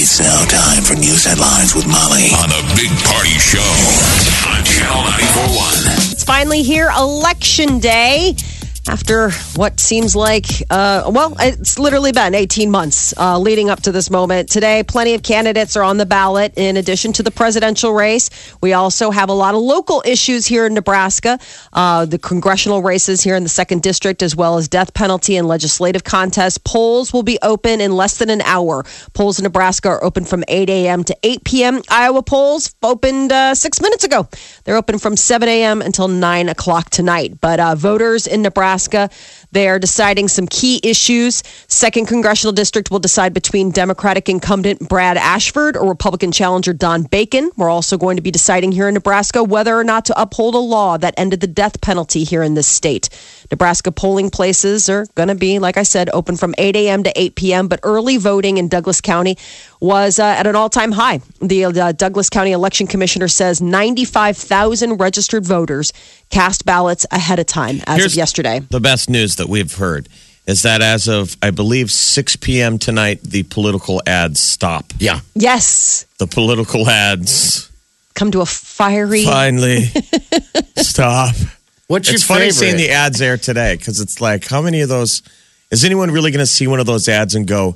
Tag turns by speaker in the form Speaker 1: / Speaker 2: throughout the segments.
Speaker 1: It's now time for news headlines with Molly on the Big Party Show on Channel 941.
Speaker 2: It's finally here, election day. After what seems like, uh, well, it's literally been 18 months uh, leading up to this moment. Today, plenty of candidates are on the ballot. In addition to the presidential race, we also have a lot of local issues here in Nebraska. Uh, the congressional races here in the second district, as well as death penalty and legislative contests. Polls will be open in less than an hour. Polls in Nebraska are open from 8 a.m. to 8 p.m. Iowa polls opened uh, six minutes ago. They're open from 7 a.m. until 9 o'clock tonight. But uh, voters in Nebraska. Nebraska. They are deciding some key issues. Second congressional district will decide between Democratic incumbent Brad Ashford or Republican challenger Don Bacon. We're also going to be deciding here in Nebraska whether or not to uphold a law that ended the death penalty here in this state. Nebraska polling places are going to be, like I said, open from 8 a.m. to 8 p.m., but early voting in Douglas County was uh, at an all time high. The uh, Douglas County Election Commissioner says 95,000 registered voters cast ballots ahead of time as
Speaker 3: Here's
Speaker 2: of yesterday.
Speaker 3: The best news that we've heard is that as of, I believe, 6 p.m. tonight, the political ads stop.
Speaker 1: Yeah,
Speaker 2: Yes,
Speaker 3: The political ads
Speaker 2: come to a fiery.
Speaker 3: finally stop.
Speaker 1: what's
Speaker 3: it's funny seeing the ads air today because it's like, how many of those? Is anyone really going to see one of those ads and go,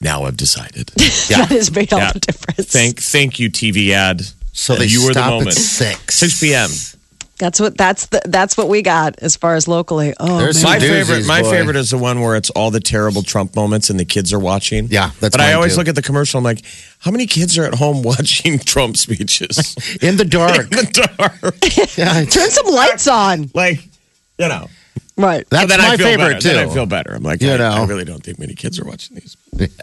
Speaker 3: now I've decided?
Speaker 2: That has made all
Speaker 3: Yeah.
Speaker 2: the difference.
Speaker 3: thank, thank you, TV ad.
Speaker 1: so
Speaker 3: Uh,
Speaker 1: they
Speaker 3: you were the
Speaker 1: stop
Speaker 3: moment.
Speaker 1: at six.
Speaker 3: 6 p.m.
Speaker 2: That's what that's the, that's what we got as far as locally. Oh,
Speaker 1: There's some
Speaker 2: man.
Speaker 3: my
Speaker 1: doozies,
Speaker 3: favorite, my
Speaker 1: boy.
Speaker 3: favorite is the one where it's all the terrible Trump moments and the kids are watching.
Speaker 1: Yeah, that's
Speaker 3: But I
Speaker 1: mine,
Speaker 3: always
Speaker 1: too.
Speaker 3: look at the commercial. I'm like, how many kids are at home watching Trump speeches
Speaker 1: in the dark.
Speaker 3: in the dark?
Speaker 1: yeah,
Speaker 2: turn some lights on.
Speaker 3: like, you know.
Speaker 2: Right.
Speaker 1: that's
Speaker 3: then
Speaker 1: my
Speaker 3: I feel
Speaker 1: favorite
Speaker 3: better.
Speaker 1: too.
Speaker 3: Then I feel better. I'm like,
Speaker 1: You
Speaker 3: I,
Speaker 1: know.
Speaker 3: I really don't think many kids are watching these.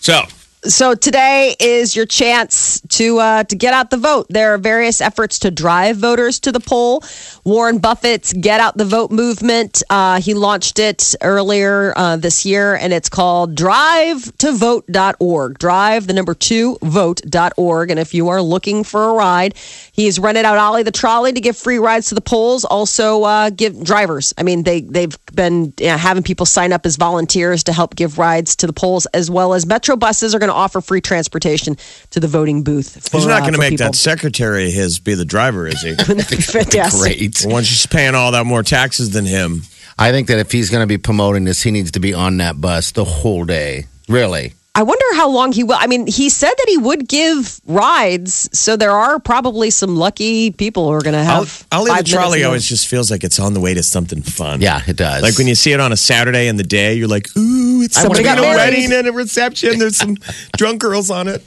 Speaker 3: So
Speaker 2: So today is your chance to uh, to get out the vote. There are various efforts to drive voters to the poll. Warren Buffett's Get Out the Vote movement. Uh, he launched it earlier uh, this year, and it's called DriveToVote.org. Drive the number two vote.org. And if you are looking for a ride, he's rented out Ollie the trolley to give free rides to the polls. Also, uh, give drivers. I mean, they they've been you know, having people sign up as volunteers to help give rides to the polls, as well as metro buses are going to offer free transportation to the voting booth. For,
Speaker 3: he's not
Speaker 2: uh,
Speaker 3: going to
Speaker 2: for
Speaker 3: make
Speaker 2: people.
Speaker 3: that secretary of his be the driver, is he?
Speaker 2: Fantastic.
Speaker 1: Great.
Speaker 3: Once she's paying all that more taxes than him.
Speaker 1: I think that if he's going to be promoting this, he needs to be on that bus the whole day. Really?
Speaker 2: I wonder how long he will. I mean, he said that he would give rides, so there are probably some lucky people who are going to have.
Speaker 3: I'll, Ollie
Speaker 2: five
Speaker 3: the trolley
Speaker 2: minutes
Speaker 3: always just feels like it's on the way to something fun.
Speaker 1: Yeah, it does.
Speaker 3: Like when you see it on a Saturday in the day, you're like, ooh, it's
Speaker 2: Somebody
Speaker 3: between
Speaker 2: got
Speaker 3: a
Speaker 2: married.
Speaker 3: wedding and a reception. There's some drunk girls on it.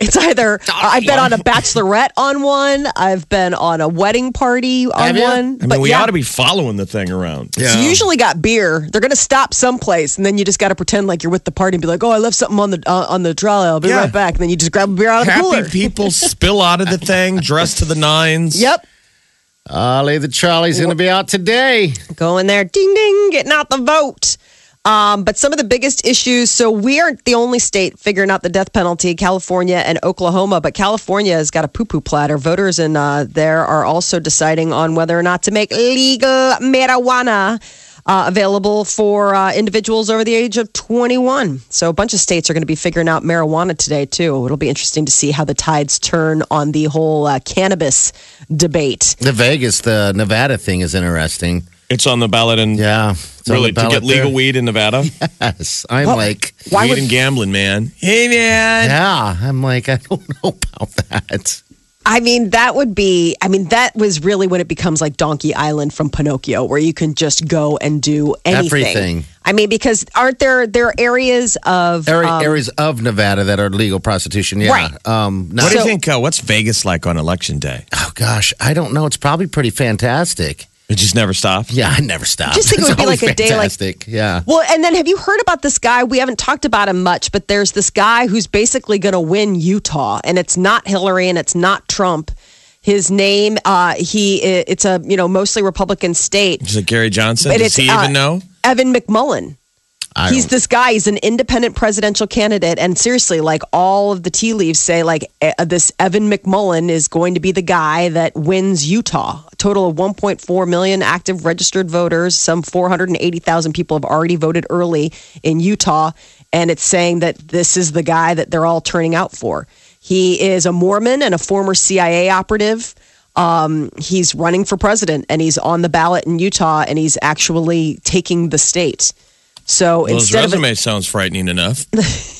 Speaker 2: It's either I've been on a bachelorette on one, I've been on a wedding party on
Speaker 1: Have you?
Speaker 2: one.
Speaker 3: I mean, we ought to be following the thing around.
Speaker 2: It's usually got beer. They're going to stop someplace, and then you just got to pretend like you're with the party and be like, "Oh, I left something on the uh, on the trolley. I'll be
Speaker 3: Yeah.
Speaker 2: right back." And then you just grab a beer out of the cooler.
Speaker 3: Happy people spill out of the thing, dressed to the nines.
Speaker 2: Yep,
Speaker 1: Ollie the trolley's going to be out today.
Speaker 2: going there, ding ding, getting out the vote. Um, but some of the biggest issues. So we aren't the only state figuring out the death penalty. California and Oklahoma, but California has got a poo poo platter. Voters in uh, there are also deciding on whether or not to make legal marijuana. Uh, available for uh, individuals over the age of 21. So, a bunch of states are going to be figuring out marijuana today, too. It'll be interesting to see how the tides turn on the whole uh, cannabis debate.
Speaker 1: The Vegas, the Nevada thing is interesting.
Speaker 3: It's on the ballot and
Speaker 1: Yeah. it's on
Speaker 3: really
Speaker 1: the
Speaker 3: to get
Speaker 1: ballot
Speaker 3: legal
Speaker 1: there.
Speaker 3: weed in Nevada.
Speaker 1: Yes, I'm like,
Speaker 3: weed and gambling, man. Hey man.
Speaker 1: yeah. I'm like, I don't know about that.
Speaker 2: I mean, that would be, I mean, that was really when it becomes like Donkey Island from Pinocchio, where you can just go and do anything.
Speaker 1: Everything.
Speaker 2: I mean, because aren't there, there are areas of,
Speaker 1: Area,
Speaker 2: um,
Speaker 1: areas of Nevada that are legal prostitution. Yeah.
Speaker 2: Right.
Speaker 1: Um, not,
Speaker 3: What do you think? Uh, what's Vegas like on election day?
Speaker 1: oh gosh, I don't know. It's probably pretty fantastic.
Speaker 3: It just never stopped.
Speaker 4: Yeah, I never stop.
Speaker 2: Just think it
Speaker 4: It's
Speaker 2: would be
Speaker 4: always
Speaker 2: like a day like-
Speaker 4: fantastic. yeah.
Speaker 2: Well, and then have you heard about this guy? We haven't talked about him much, but there's this guy who's basically going to win Utah, and it's not Hillary and it's not Trump. His name, uh, he it's a you know mostly Republican state.
Speaker 3: Is it Gary Johnson?
Speaker 2: But
Speaker 3: Does
Speaker 2: it's,
Speaker 3: he
Speaker 2: uh,
Speaker 3: even know?
Speaker 2: Evan McMullen.
Speaker 4: I
Speaker 2: He's
Speaker 4: don't-
Speaker 2: this guy. He's an independent presidential candidate, and seriously, like all of the tea leaves say, like eh, this Evan McMullen is going to be the guy that wins Utah. A total of 1.4 million active registered voters. Some 480,000 people have already voted early in Utah, and it's saying that this is the guy that they're all turning out for. He is a Mormon and a former CIA operative um, he's running for president and he's on the ballot in Utah and he's actually taking the state. So
Speaker 3: Well, his
Speaker 2: instead of,
Speaker 3: resume sounds frightening enough.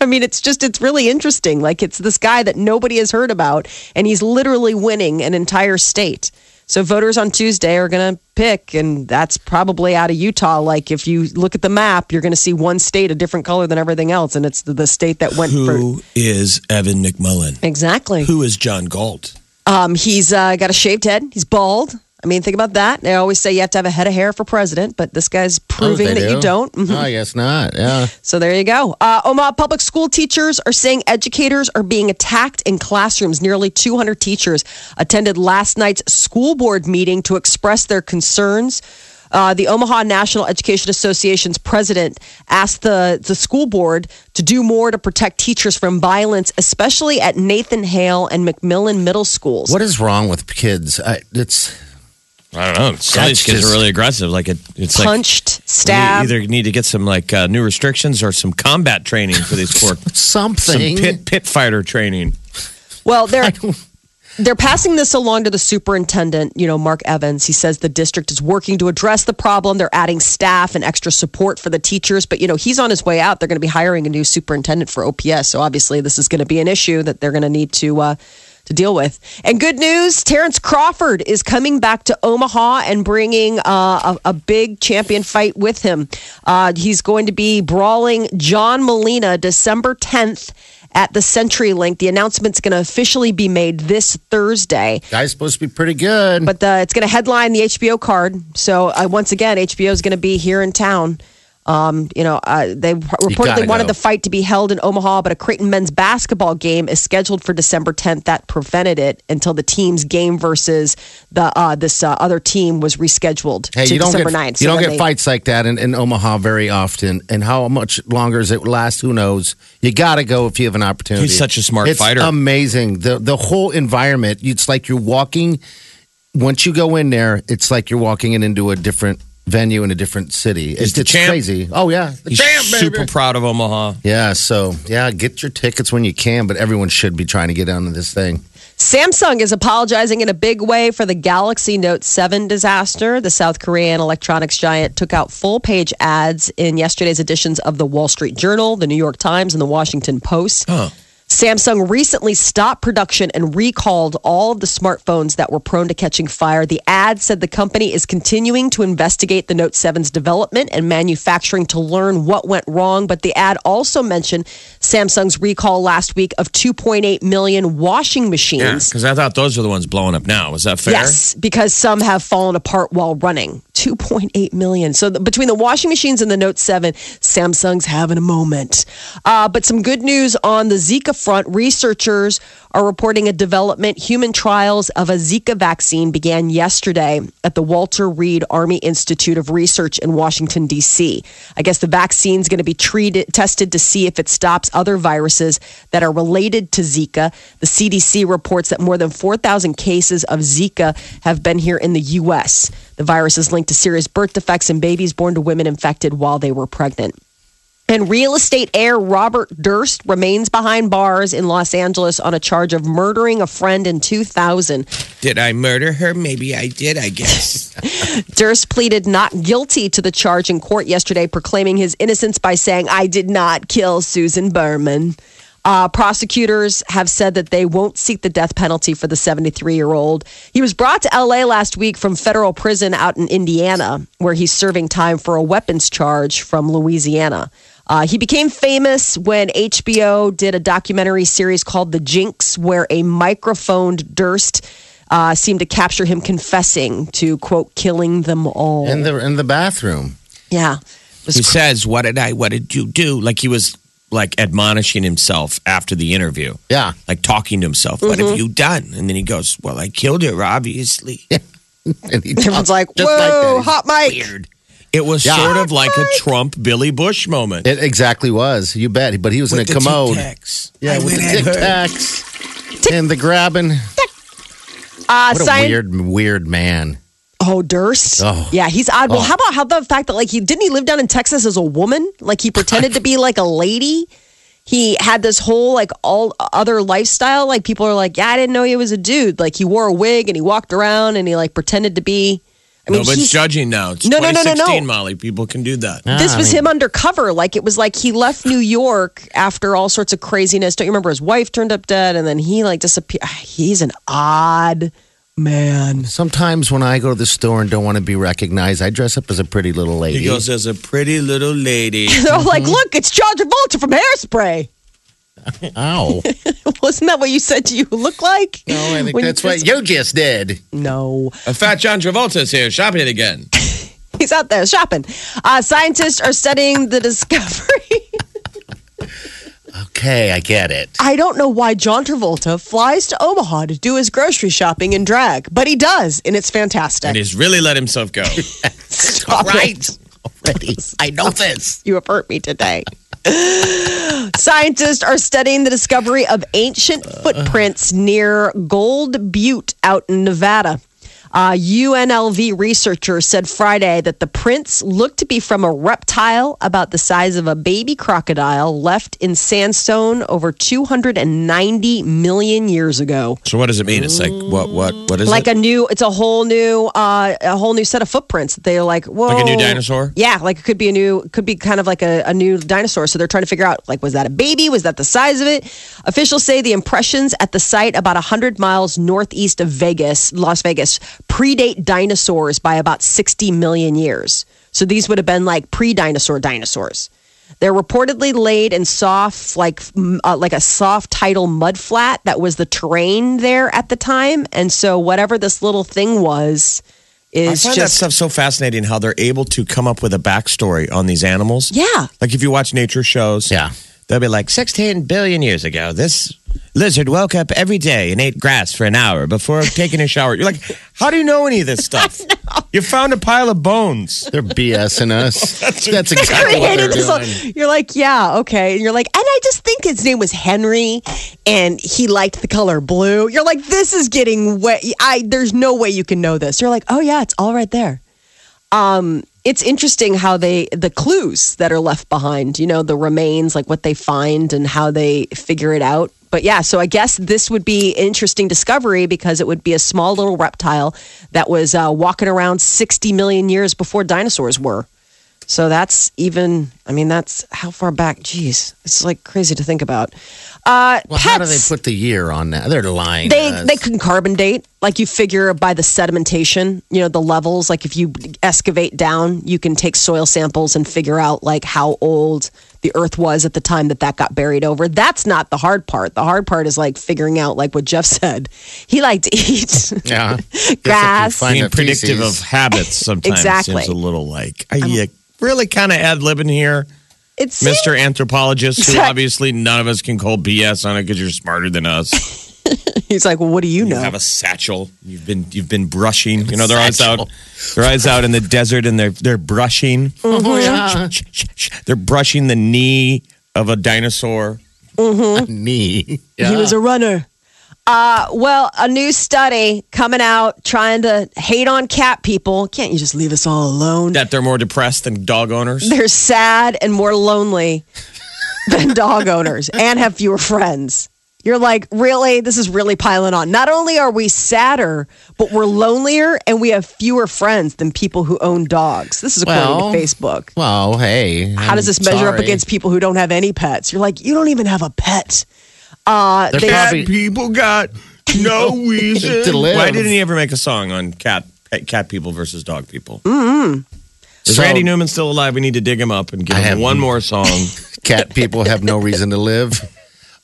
Speaker 2: I mean, it's just, it's really interesting. Like, it's this guy that nobody has heard about, and he's literally winning an entire state. So, voters on Tuesday are going to pick, and that's probably out of Utah. Like, if you look at the map, you're going to see one state a different color than everything else, and it's the, the state that went for.
Speaker 3: Who is Evan McMullen?
Speaker 2: Exactly.
Speaker 3: Who is John Galt?
Speaker 2: Um, he's uh, got a shaved head. He's bald. I mean, think about that. They always say you have to have a head of hair for president, but this guy's
Speaker 4: Oh,
Speaker 2: proving
Speaker 4: they
Speaker 2: that
Speaker 4: do?
Speaker 2: you don't. Mhm.
Speaker 4: No, I guess not. Yeah.
Speaker 2: So there you go. Uh, Omaha public school teachers are saying educators are being attacked in classrooms. Nearly 200 teachers attended last night's school board meeting to express their concerns. Uh, the Omaha National Education Association's president asked the, the school board to do more to protect teachers from violence, especially at Nathan Hale and McMillan Middle Schools.
Speaker 4: What is wrong with kids? I, it's
Speaker 3: I don't know. Some of these
Speaker 4: That's
Speaker 3: kids
Speaker 4: just-
Speaker 3: are really aggressive. Like it, it's like
Speaker 2: punched, stabbed.
Speaker 3: We either need to get some like uh, new restrictions or some combat training for these poor. some
Speaker 4: something.
Speaker 3: pit pit fighter training.
Speaker 2: Well, they're they're passing this along to the superintendent, you know, Mark Evans. He says the district is working to address the problem. They're adding staff and extra support for the teachers, but you know, he's on his way out. They're going to be hiring a new superintendent for OPS, so obviously this is going to be an issue that they're going to need to uh to deal with. And good news, Terrence Crawford is coming back to Omaha and bringing uh, a, a big champion fight with him. Uh, he's going to be brawling John Molina December 10th at the CenturyLink. The announcement's going to officially be made this Thursday,
Speaker 4: Guy's supposed to be pretty good.
Speaker 2: but the, it's going to headline the HBO card. So uh, once again, HBO is going to be here in town. Um, you know, uh, they reportedly
Speaker 4: gotta
Speaker 2: wanted
Speaker 4: go.
Speaker 2: the fight to be held in Omaha, but a Creighton men's basketball game is scheduled for December 10th. That prevented it until the team's game versus the uh, this uh, other team was rescheduled
Speaker 4: Hey,
Speaker 2: to
Speaker 4: you don't
Speaker 2: December
Speaker 4: get
Speaker 2: 9th.
Speaker 4: you
Speaker 2: So
Speaker 4: don't
Speaker 2: then
Speaker 4: get
Speaker 2: they-
Speaker 4: fights like that in, in Omaha very often. And how much longer does it last? Who knows? You got to go if you have an opportunity.
Speaker 3: He's such a smart
Speaker 4: it's
Speaker 3: fighter.
Speaker 4: Amazing the the whole environment. It's like you're walking. Once you go in there, it's like you're walking in into a different venue in a different city.
Speaker 3: He's
Speaker 4: It's,
Speaker 3: the
Speaker 4: it's
Speaker 3: champ.
Speaker 4: crazy. Oh yeah, the
Speaker 3: He's
Speaker 4: champ, baby.
Speaker 3: super proud of Omaha.
Speaker 4: yeah. So yeah, get your tickets when you can. But everyone should be trying to get onto this thing.
Speaker 2: Samsung is apologizing in a big way for the Galaxy Note 7 disaster. The South Korean electronics giant took out full page ads in yesterday's editions of the Wall Street Journal, the New York Times, and the Washington Post. Samsung recently stopped production and recalled all of the smartphones that were prone to catching fire. The ad said the company is continuing to investigate the Note 7's development and manufacturing to learn what went wrong, but the ad also mentioned Samsung's recall last week of 2.8 million washing machines.
Speaker 3: Because I thought those are the ones blowing up now. Is that fair?
Speaker 2: Yes, because some have fallen apart while running. 2.8 million. So the, between the washing machines and the Note 7, Samsung's having a moment. Uh, but some good news on the Zika front. Researchers are reporting a development. Human trials of a Zika vaccine began yesterday at the Walter Reed Army Institute of Research in Washington, D.C. I guess the vaccine's going to be treated, tested to see if it stops other viruses that are related to Zika. The CDC reports that more than 4,000 cases of Zika have been here in the U.S. The virus is linked to serious birth defects in babies born to women infected while they were pregnant. And real estate heir Robert Durst remains behind bars in Los Angeles on a charge of murdering a friend in 2000.
Speaker 3: Did I murder her? Maybe I did. I guess.
Speaker 2: Durst pleaded not guilty to the charge in court yesterday, proclaiming his innocence by saying, I did not kill Susan Berman. Uh, prosecutors have said that they won't seek the death penalty for the 73 year old. He was brought to LA last week from federal prison out in Indiana, where he's serving time for a weapons charge from Louisiana. Uh, he became famous when HBO did a documentary series called The Jinx, where a microphoned Durst uh, seemed to capture him confessing to, quote, killing them all.
Speaker 4: in the in the bathroom.
Speaker 2: yeah. It was
Speaker 3: He says, What did I, what did you do? Like he was like admonishing himself after the interview.
Speaker 4: Yeah.
Speaker 3: Like talking to himself. What have you done? And then he goes, Well, I killed her, obviously.
Speaker 4: And he
Speaker 2: Everyone's
Speaker 4: talks
Speaker 2: like,
Speaker 4: just
Speaker 2: whoa,
Speaker 4: that.
Speaker 2: hot mic.
Speaker 3: It was
Speaker 4: Yeah.
Speaker 3: sort of like a Trump Billy Bush moment.
Speaker 4: It exactly was. You bet. But he was in a commode. Yeah, with the tic tacs and the grabbing.
Speaker 2: Uh,
Speaker 4: What a
Speaker 2: sci-
Speaker 4: weird, weird man.
Speaker 2: Oh, Durst.
Speaker 4: Oh.
Speaker 2: Yeah, he's odd. Well, how about how the fact that like he didn't he live down in Texas as a woman? Like he pretended to be like a lady. He had this whole like all other lifestyle. Like people are like, yeah, I didn't know he was a dude. Like he wore a wig and he walked around and he like pretended to be. I mean,
Speaker 3: Nobody's
Speaker 2: he's-
Speaker 3: judging now. It's
Speaker 2: No, no, no, no,
Speaker 3: 2016,
Speaker 2: no.
Speaker 3: Molly. People can do that.
Speaker 2: this
Speaker 4: Ah, I
Speaker 2: was
Speaker 4: mean-
Speaker 2: him undercover. Like it was like he left New York after all sorts of craziness. Don't you remember his wife turned up dead and then he like disappeared? He's an odd man.
Speaker 4: Sometimes when I go to the store and don't want to be recognized, I dress up as a pretty little lady.
Speaker 3: He goes, There's a pretty little lady.
Speaker 2: They're all
Speaker 4: Mm-hmm.
Speaker 2: like, look, it's John Travolta from Hairspray.
Speaker 4: Ow.
Speaker 2: Wasn't that what you said you look like?
Speaker 4: No, Oh, I think
Speaker 2: When
Speaker 4: that's what you just did.
Speaker 2: No.
Speaker 3: a fat John Travolta's here shopping it again.
Speaker 2: He's out there shopping. Uh, scientists are studying the discovery.
Speaker 4: Okay, I get it.
Speaker 2: I don't know why John Travolta flies to Omaha to do his grocery shopping in drag, but he does, and it's fantastic.
Speaker 3: And he's really let himself go.
Speaker 2: Stop it.
Speaker 4: Already. I know this.
Speaker 2: You have hurt me today. Scientists are studying the discovery of ancient footprints near Gold Butte out in Nevada. Uh, UNLV researchers said Friday that the prints looked to be from a reptile about the size of a baby crocodile left in sandstone over 290 million years ago.
Speaker 3: so what does it mean? It's like what what what is
Speaker 2: like
Speaker 3: it?
Speaker 2: a new, it's a whole new, uh, a whole new set of footprints that they're like, whoa,
Speaker 3: Like a new dinosaur?
Speaker 2: yeah, like it could be a new, could be kind of like a, a new dinosaur. So they're trying to figure out, like, was that a baby? Was that the size of it? Officials say the impressions at the site about 100 miles northeast of Vegas, Las Vegas, predate dinosaurs by about 60 million years. So these would have been like pre dinosaur dinosaurs. They're reportedly laid in soft, like mm, uh, like a soft tidal mud flat that was the terrain there at the time, and so whatever this little thing was
Speaker 3: I
Speaker 2: is
Speaker 3: find that
Speaker 2: just
Speaker 3: stuff so fascinating how they're able to come up with a backstory on these animals.
Speaker 2: yeah.
Speaker 3: Like if you watch nature shows,
Speaker 4: Yeah.
Speaker 3: they'll be like 16 billion years ago, this lizard woke up every day and ate grass for an hour before taking a shower. You're like, how do you know any of this stuff? You found a pile of bones.
Speaker 4: They're BSing us. that's, exactly what they're
Speaker 2: created this
Speaker 4: doing.
Speaker 2: whole- You're like, yeah, okay. And you're like, and I just think his name was Henry, and he liked the color blue. You're like, this is getting wet. I there's no way you can know this. You're like, oh yeah, it's all right there. Um, it's interesting how they the clues that are left behind. You know, the remains, like what they find and how they figure it out. But yeah, so I guess this would be interesting discovery because it would be a small little reptile that was uh, walking around 60 million years before dinosaurs were. So that's even, I mean, that's how far back? Jeez, it's like crazy to think about. Uh,
Speaker 4: Well,
Speaker 2: pets,
Speaker 4: how do they put the year on that? They're lying. to
Speaker 2: they,
Speaker 4: us.
Speaker 2: they can carbon date. Like you figure by the sedimentation, you know, the levels. Like if you excavate down, you can take soil samples and figure out like how old the earth was at the time that that got buried over. That's not the hard part. The hard part is like figuring out, like what Jeff said, he liked to eat.
Speaker 4: yeah.
Speaker 2: Grass.
Speaker 4: Find
Speaker 3: Being
Speaker 4: a
Speaker 3: predictive of
Speaker 4: feces.
Speaker 3: habits sometimes
Speaker 2: Exactly.
Speaker 3: seems a little like, are you really kind of ad libbing here?
Speaker 2: It's
Speaker 3: Mr. Anthropologist, who
Speaker 2: Exact-
Speaker 3: obviously none of us can call BS on it because you're smarter than us.
Speaker 2: He's like, well, what do you
Speaker 3: You
Speaker 2: know?
Speaker 3: have a satchel. You've been you've been brushing. You know, they're always out
Speaker 4: Satchel.
Speaker 3: they're always out in the desert and they're they're brushing.
Speaker 4: Oh, yeah.
Speaker 3: They're brushing the knee of a dinosaur.
Speaker 4: knee.
Speaker 2: He was a runner. Uh, well, a new study coming out trying to hate on cat people. Can't you just leave us all alone?
Speaker 3: That they're more depressed than dog owners.
Speaker 2: They're sad and more lonely than dog owners and have fewer friends. You're like, really? This is really piling on. Not only are we sadder, but we're lonelier and we have fewer friends than people who own dogs. This is according
Speaker 4: Well,
Speaker 2: to Facebook.
Speaker 4: Well, hey.
Speaker 2: How does this measure up against people who don't have any pets? You're like, you don't even have a pet. Uh,
Speaker 4: They're
Speaker 2: they-
Speaker 4: probably-
Speaker 3: people got no reason
Speaker 4: To live.
Speaker 3: Why didn't he ever make a song on cat pet- cat people versus dog people? Mm-hmm. Is
Speaker 4: So-
Speaker 3: Randy Newman still alive? We need to dig him up and give
Speaker 4: I
Speaker 3: him
Speaker 4: have-
Speaker 3: one more song.
Speaker 4: cat people have no reason to live?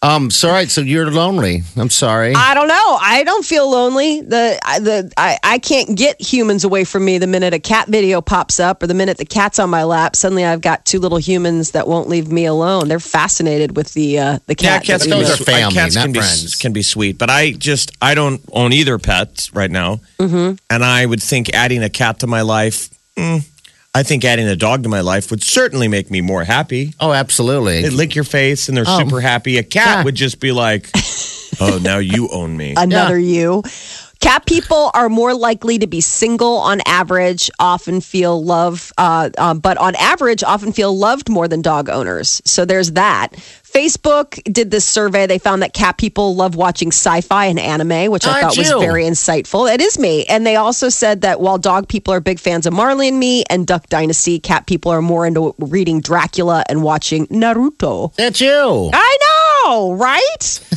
Speaker 4: Um, so all right, so you're lonely. I'm sorry.
Speaker 2: I don't know. I don't feel lonely. The I, the I, I can't get humans away from me. The minute a cat video pops up, or the minute the cat's on my lap, suddenly I've got two little humans that won't leave me alone. They're fascinated with the uh, the cat.
Speaker 3: cats
Speaker 2: that we
Speaker 3: can be
Speaker 4: those
Speaker 2: make.
Speaker 4: are
Speaker 3: swe-
Speaker 4: family,
Speaker 3: cats
Speaker 4: not
Speaker 3: can be,
Speaker 4: friends.
Speaker 3: Can be sweet, but I just I don't own either pet right now, mm-hmm. and I would think adding a cat to my life. mm, I think adding a dog to my life would certainly make me more happy.
Speaker 4: oh, absolutely.
Speaker 3: They lick your face and they're super happy. A cat
Speaker 4: Oh. Yeah.
Speaker 3: would just be like, "Oh, now you own me."
Speaker 2: another you. Cat people are more likely to be single on average, often feel love, uh, um, but on average, often feel loved more than dog owners. So there's that. Facebook did this survey. They found that cat people love watching sci fi and anime, which I
Speaker 4: Aren't
Speaker 2: thought was
Speaker 4: you?
Speaker 2: very insightful. It is me. And they also said that while dog people are big fans of Marley and me and Duck Dynasty, cat people are more into reading Dracula and watching Naruto.
Speaker 4: That's you.
Speaker 2: I know, right?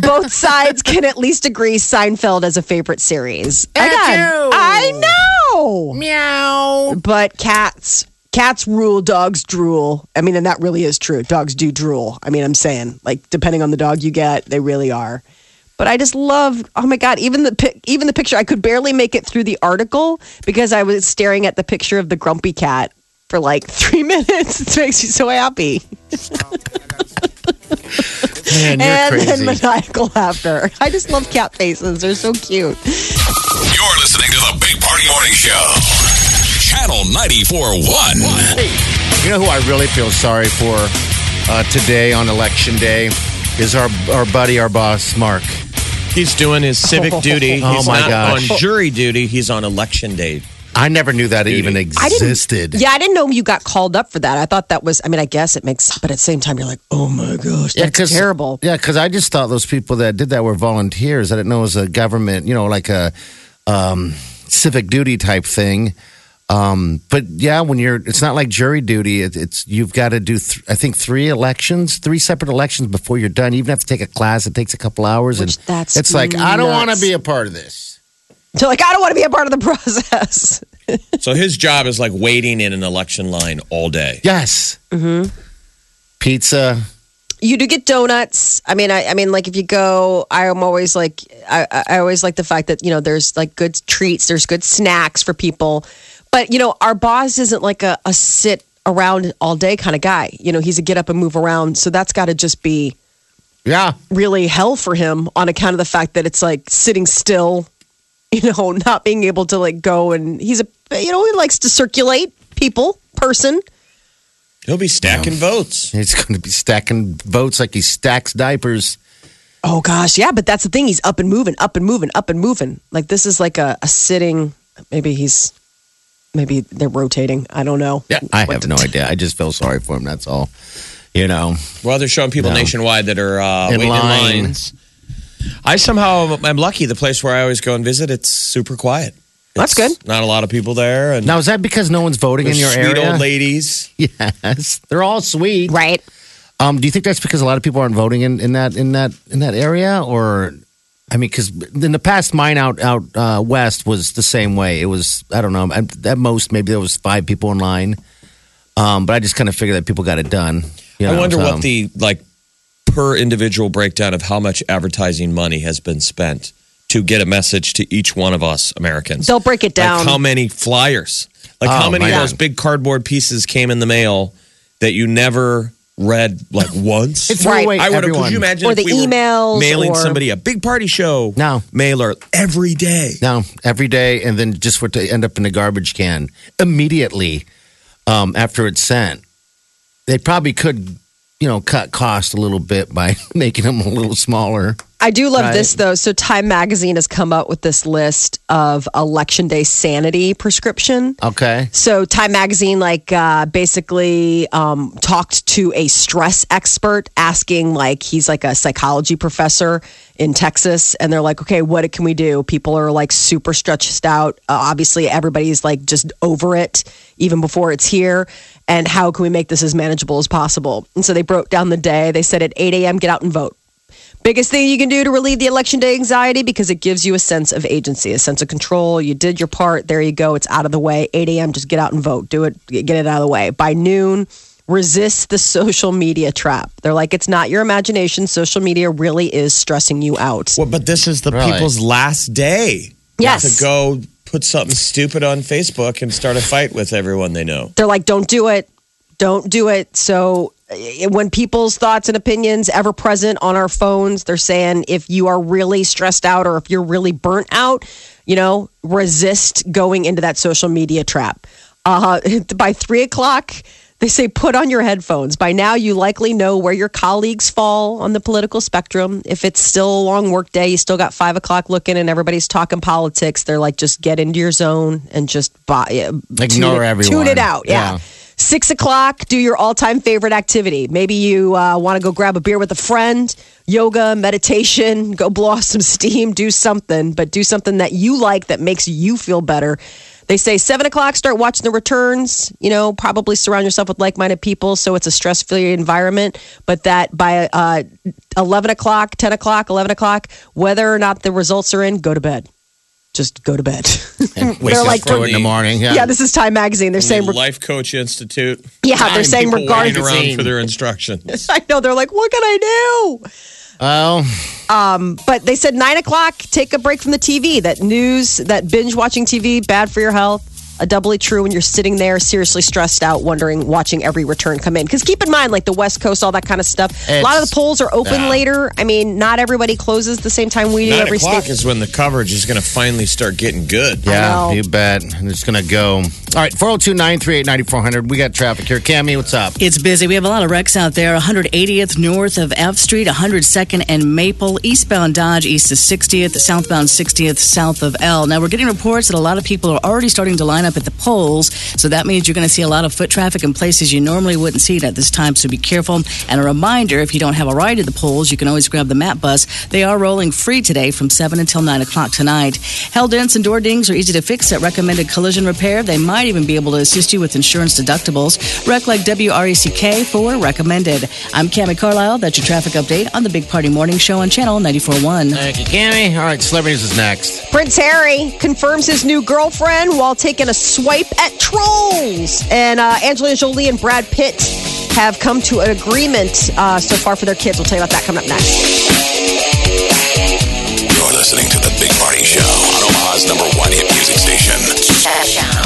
Speaker 2: Both sides can at least agree Seinfeld as a favorite series. Again,
Speaker 4: Achoo.
Speaker 2: I know.
Speaker 4: Meow.
Speaker 2: But cats, cats rule, dogs drool. I mean, and that really is true. Dogs do drool. I mean, I'm saying, like, depending on the dog you get, they really are. But I just love. Oh my god! Even the pic- even the picture. I could barely make it through the article because I was staring at the picture of the grumpy cat for like three minutes. It makes me so happy
Speaker 4: Man, you're
Speaker 2: and
Speaker 4: crazy.
Speaker 2: then maniacal laughter. I just love cat faces. They're so cute.
Speaker 1: You're listening to the Big Party Morning Show. Channel 94.1.
Speaker 4: You know who I really feel sorry for uh, today on election day is our our buddy, our boss, Mark.
Speaker 3: He's doing his civic duty.
Speaker 4: Oh,
Speaker 3: he's
Speaker 4: my
Speaker 3: not
Speaker 4: gosh.
Speaker 3: on jury duty. He's on election day.
Speaker 4: I never knew that even existed.
Speaker 2: Yeah, I didn't know you got called up for that. I thought that was. I mean, I guess it makes. But at the same time, you're like, oh my gosh, that's terrible.
Speaker 4: Yeah, because I just thought those people that did that were volunteers. I didn't know it was a government, you know, like a um, civic duty type thing. Um, but yeah, when you're, it's not like jury duty. It, it's you've got to do, th- I think, three elections, three separate elections before you're done. You even have to take a class. It takes a couple hours,
Speaker 2: Which
Speaker 4: and
Speaker 2: that's
Speaker 4: it's like I don't
Speaker 2: nuts.
Speaker 4: want to be a part of this.
Speaker 2: So like, I don't want to be a part of the process.
Speaker 3: So his job is like waiting in an election line all day.
Speaker 4: Yes. Mm-hmm. Pizza.
Speaker 2: You do get donuts. I mean, I, I mean, like if you go, I'm always like, I, I- I always like the fact that you know there's like good treats, there's good snacks for people. But you know, our boss isn't like a, a sit around all day kind of guy. You know, he's a get up and move around. So that's got to just be
Speaker 4: Yeah.
Speaker 2: really hell for him on account of the fact that it's like sitting still, you know, not being able to like go and he's a you know he likes to circulate people person.
Speaker 3: He'll be stacking votes.
Speaker 4: He's going to be stacking votes like he stacks diapers.
Speaker 2: Oh gosh, yeah, but that's the thing. He's up and moving, up and moving, up and moving. Like this is like a, a sitting. Maybe he's maybe they're rotating. I don't know.
Speaker 4: Yeah, I
Speaker 2: What
Speaker 4: have
Speaker 2: to
Speaker 4: no idea. I just feel sorry for him. That's all. You know,
Speaker 3: Well, they're showing people
Speaker 4: No.
Speaker 3: nationwide that are uh,
Speaker 4: In
Speaker 3: waiting
Speaker 4: line.
Speaker 3: in lines. I somehow am lucky. The place where I always go and visit, it's super quiet.
Speaker 2: That's
Speaker 3: It's
Speaker 2: good.
Speaker 3: Not a lot of people there, and
Speaker 4: now is that because no one's voting in
Speaker 3: there's
Speaker 4: your
Speaker 3: sweet
Speaker 4: area?
Speaker 3: old ladies.
Speaker 4: Yes, they're all sweet.
Speaker 2: Right.
Speaker 4: Um, do you think that's because a lot of people aren't voting in, in that in that in that area, or I mean, because in the past, mine out out uh, west was the same way. It was I don't know at at most maybe there was five people in line, um, but I just kind of figured that people got it done. you
Speaker 3: I
Speaker 4: know,
Speaker 3: wonder
Speaker 4: so.
Speaker 3: what the like per individual breakdown of how much advertising money has been spent to get a message to each one of us Americans.
Speaker 2: They'll break it down.
Speaker 3: Like how many flyers? Like how
Speaker 4: Oh,
Speaker 3: many of
Speaker 4: man.
Speaker 3: those big cardboard pieces came in the mail that you never read like once?
Speaker 4: It threw
Speaker 2: Right.
Speaker 4: away
Speaker 3: I would have. Could
Speaker 4: everyone.
Speaker 3: you imagine
Speaker 2: Or
Speaker 3: if
Speaker 2: the
Speaker 3: we were
Speaker 2: emails,
Speaker 3: mailing
Speaker 2: or-
Speaker 3: somebody a big party show?
Speaker 4: No.
Speaker 3: mailer every day.
Speaker 4: No, every day, and then just for it to end up in a garbage can immediately um, after it's sent. They probably could, you know, cut cost a little bit by making them a little smaller.
Speaker 2: I do love
Speaker 4: Right.
Speaker 2: this though. So Time Magazine has come up with this list of election day sanity prescription.
Speaker 4: Okay.
Speaker 2: So Time Magazine, like, uh, basically um, talked to a stress expert, asking like he's like a psychology professor in Texas, and they're like, okay, what can we do? People are like super stretched out. Uh, obviously, everybody's like just over it, even before it's here. And how can we make this as manageable as possible? And so they broke down the day. They said at 8 a.m. get out and vote. Biggest thing you can do to relieve the election day anxiety because it gives you a sense of agency, a sense of control. You did your part. There you go. It's out of the way. 8 a.m. Just get out and vote. Do it. Get it out of the way. By noon, resist the social media trap. They're like, it's not your imagination. Social media really is stressing you out.
Speaker 3: Well, but this is the
Speaker 4: Really?
Speaker 3: people's last day.
Speaker 2: Yes.
Speaker 3: To go put something stupid on Facebook and start a fight with everyone they know.
Speaker 2: They're like, don't do it. Don't do it. So eh, when people's thoughts and opinions ever present on our phones, they're saying if you are really stressed out or if you're really burnt out, you know, resist going into that social media trap. Uh, by three o'clock, they say put on your headphones. By now, you likely know where your colleagues fall on the political spectrum. If it's still a long work day, you still got five o'clock looking and everybody's talking politics. They're like, just get into your zone and just buy, eh,
Speaker 4: Ignore
Speaker 2: tune it,
Speaker 4: everyone.
Speaker 2: Tune it out. Yeah.
Speaker 4: Yeah.
Speaker 2: Six o'clock, do your all time favorite activity. Maybe you uh, want to go grab a beer with a friend, yoga, meditation, go blow off some steam, do something, but do something that you like that makes you feel better. They say seven o'clock, start watching the returns. You know, probably surround yourself with like minded people so it's a stress free environment. But that by uh, 11 o'clock, 10 o'clock, 11 o'clock, whether or not the results are in, go to bed. Just go to bed.
Speaker 3: wake
Speaker 2: They're
Speaker 3: up
Speaker 2: like,
Speaker 3: for
Speaker 4: in the morning. Yeah.
Speaker 2: yeah, this is Time Magazine. They're saying,
Speaker 3: The Life Coach Institute.
Speaker 2: yeah, they're
Speaker 4: Time
Speaker 2: saying
Speaker 4: people
Speaker 3: Waiting
Speaker 2: regardless.
Speaker 3: around for their instructions.
Speaker 2: I know they're like, what can I do?
Speaker 4: oh,
Speaker 2: But they said nine o'clock, take a break from the TV. That news, that binge watching TV, bad for your health. A doubly true when you're sitting there seriously stressed out, wondering, watching every return come in. Because keep in mind, like the West Coast, all that kind of stuff. a lot of
Speaker 4: It's-
Speaker 2: the polls are open
Speaker 4: yeah.
Speaker 2: later. I mean, not everybody closes the same time we do.
Speaker 3: Nine
Speaker 2: every
Speaker 3: o'clock
Speaker 2: state.
Speaker 3: is when the coverage is going to finally start getting good.
Speaker 4: yeah,
Speaker 2: know.
Speaker 4: you bet. And it's going to go. All right, 402 938 9400. We got traffic here. Cammy, what's up?
Speaker 5: It's busy. We have a lot of wrecks out there. 180th north of F Street, 102nd and Maple, eastbound Dodge, east of 60th, southbound 60th, south of L. Now, we're getting reports that a lot of people are already starting to line up at the polls, so that means you're going to see a lot of foot traffic in places you normally wouldn't see it at this time, so be careful. And a reminder if you don't have a ride at the polls, you can always grab the map bus. They are rolling free today from 7 until 9 o'clock tonight. Hell dents and door dings are easy to fix at recommended collision repair. They might even be able to assist you with insurance deductibles. Rec like E WRECK for recommended. I'm Cami Carlisle. That's your traffic update on the Big Party Morning Show on Channel 941.
Speaker 4: Thank you, Cammy. All right, celebrities is next.
Speaker 2: Prince Harry confirms his new girlfriend while taking a swipe at trolls. And uh, Angelina Jolie and Brad Pitt have come to an agreement uh, so far for their kids. We'll tell you about that coming up next.
Speaker 1: You're listening to The Big Party Show on Omaha's number one hit music station.
Speaker 6: Channel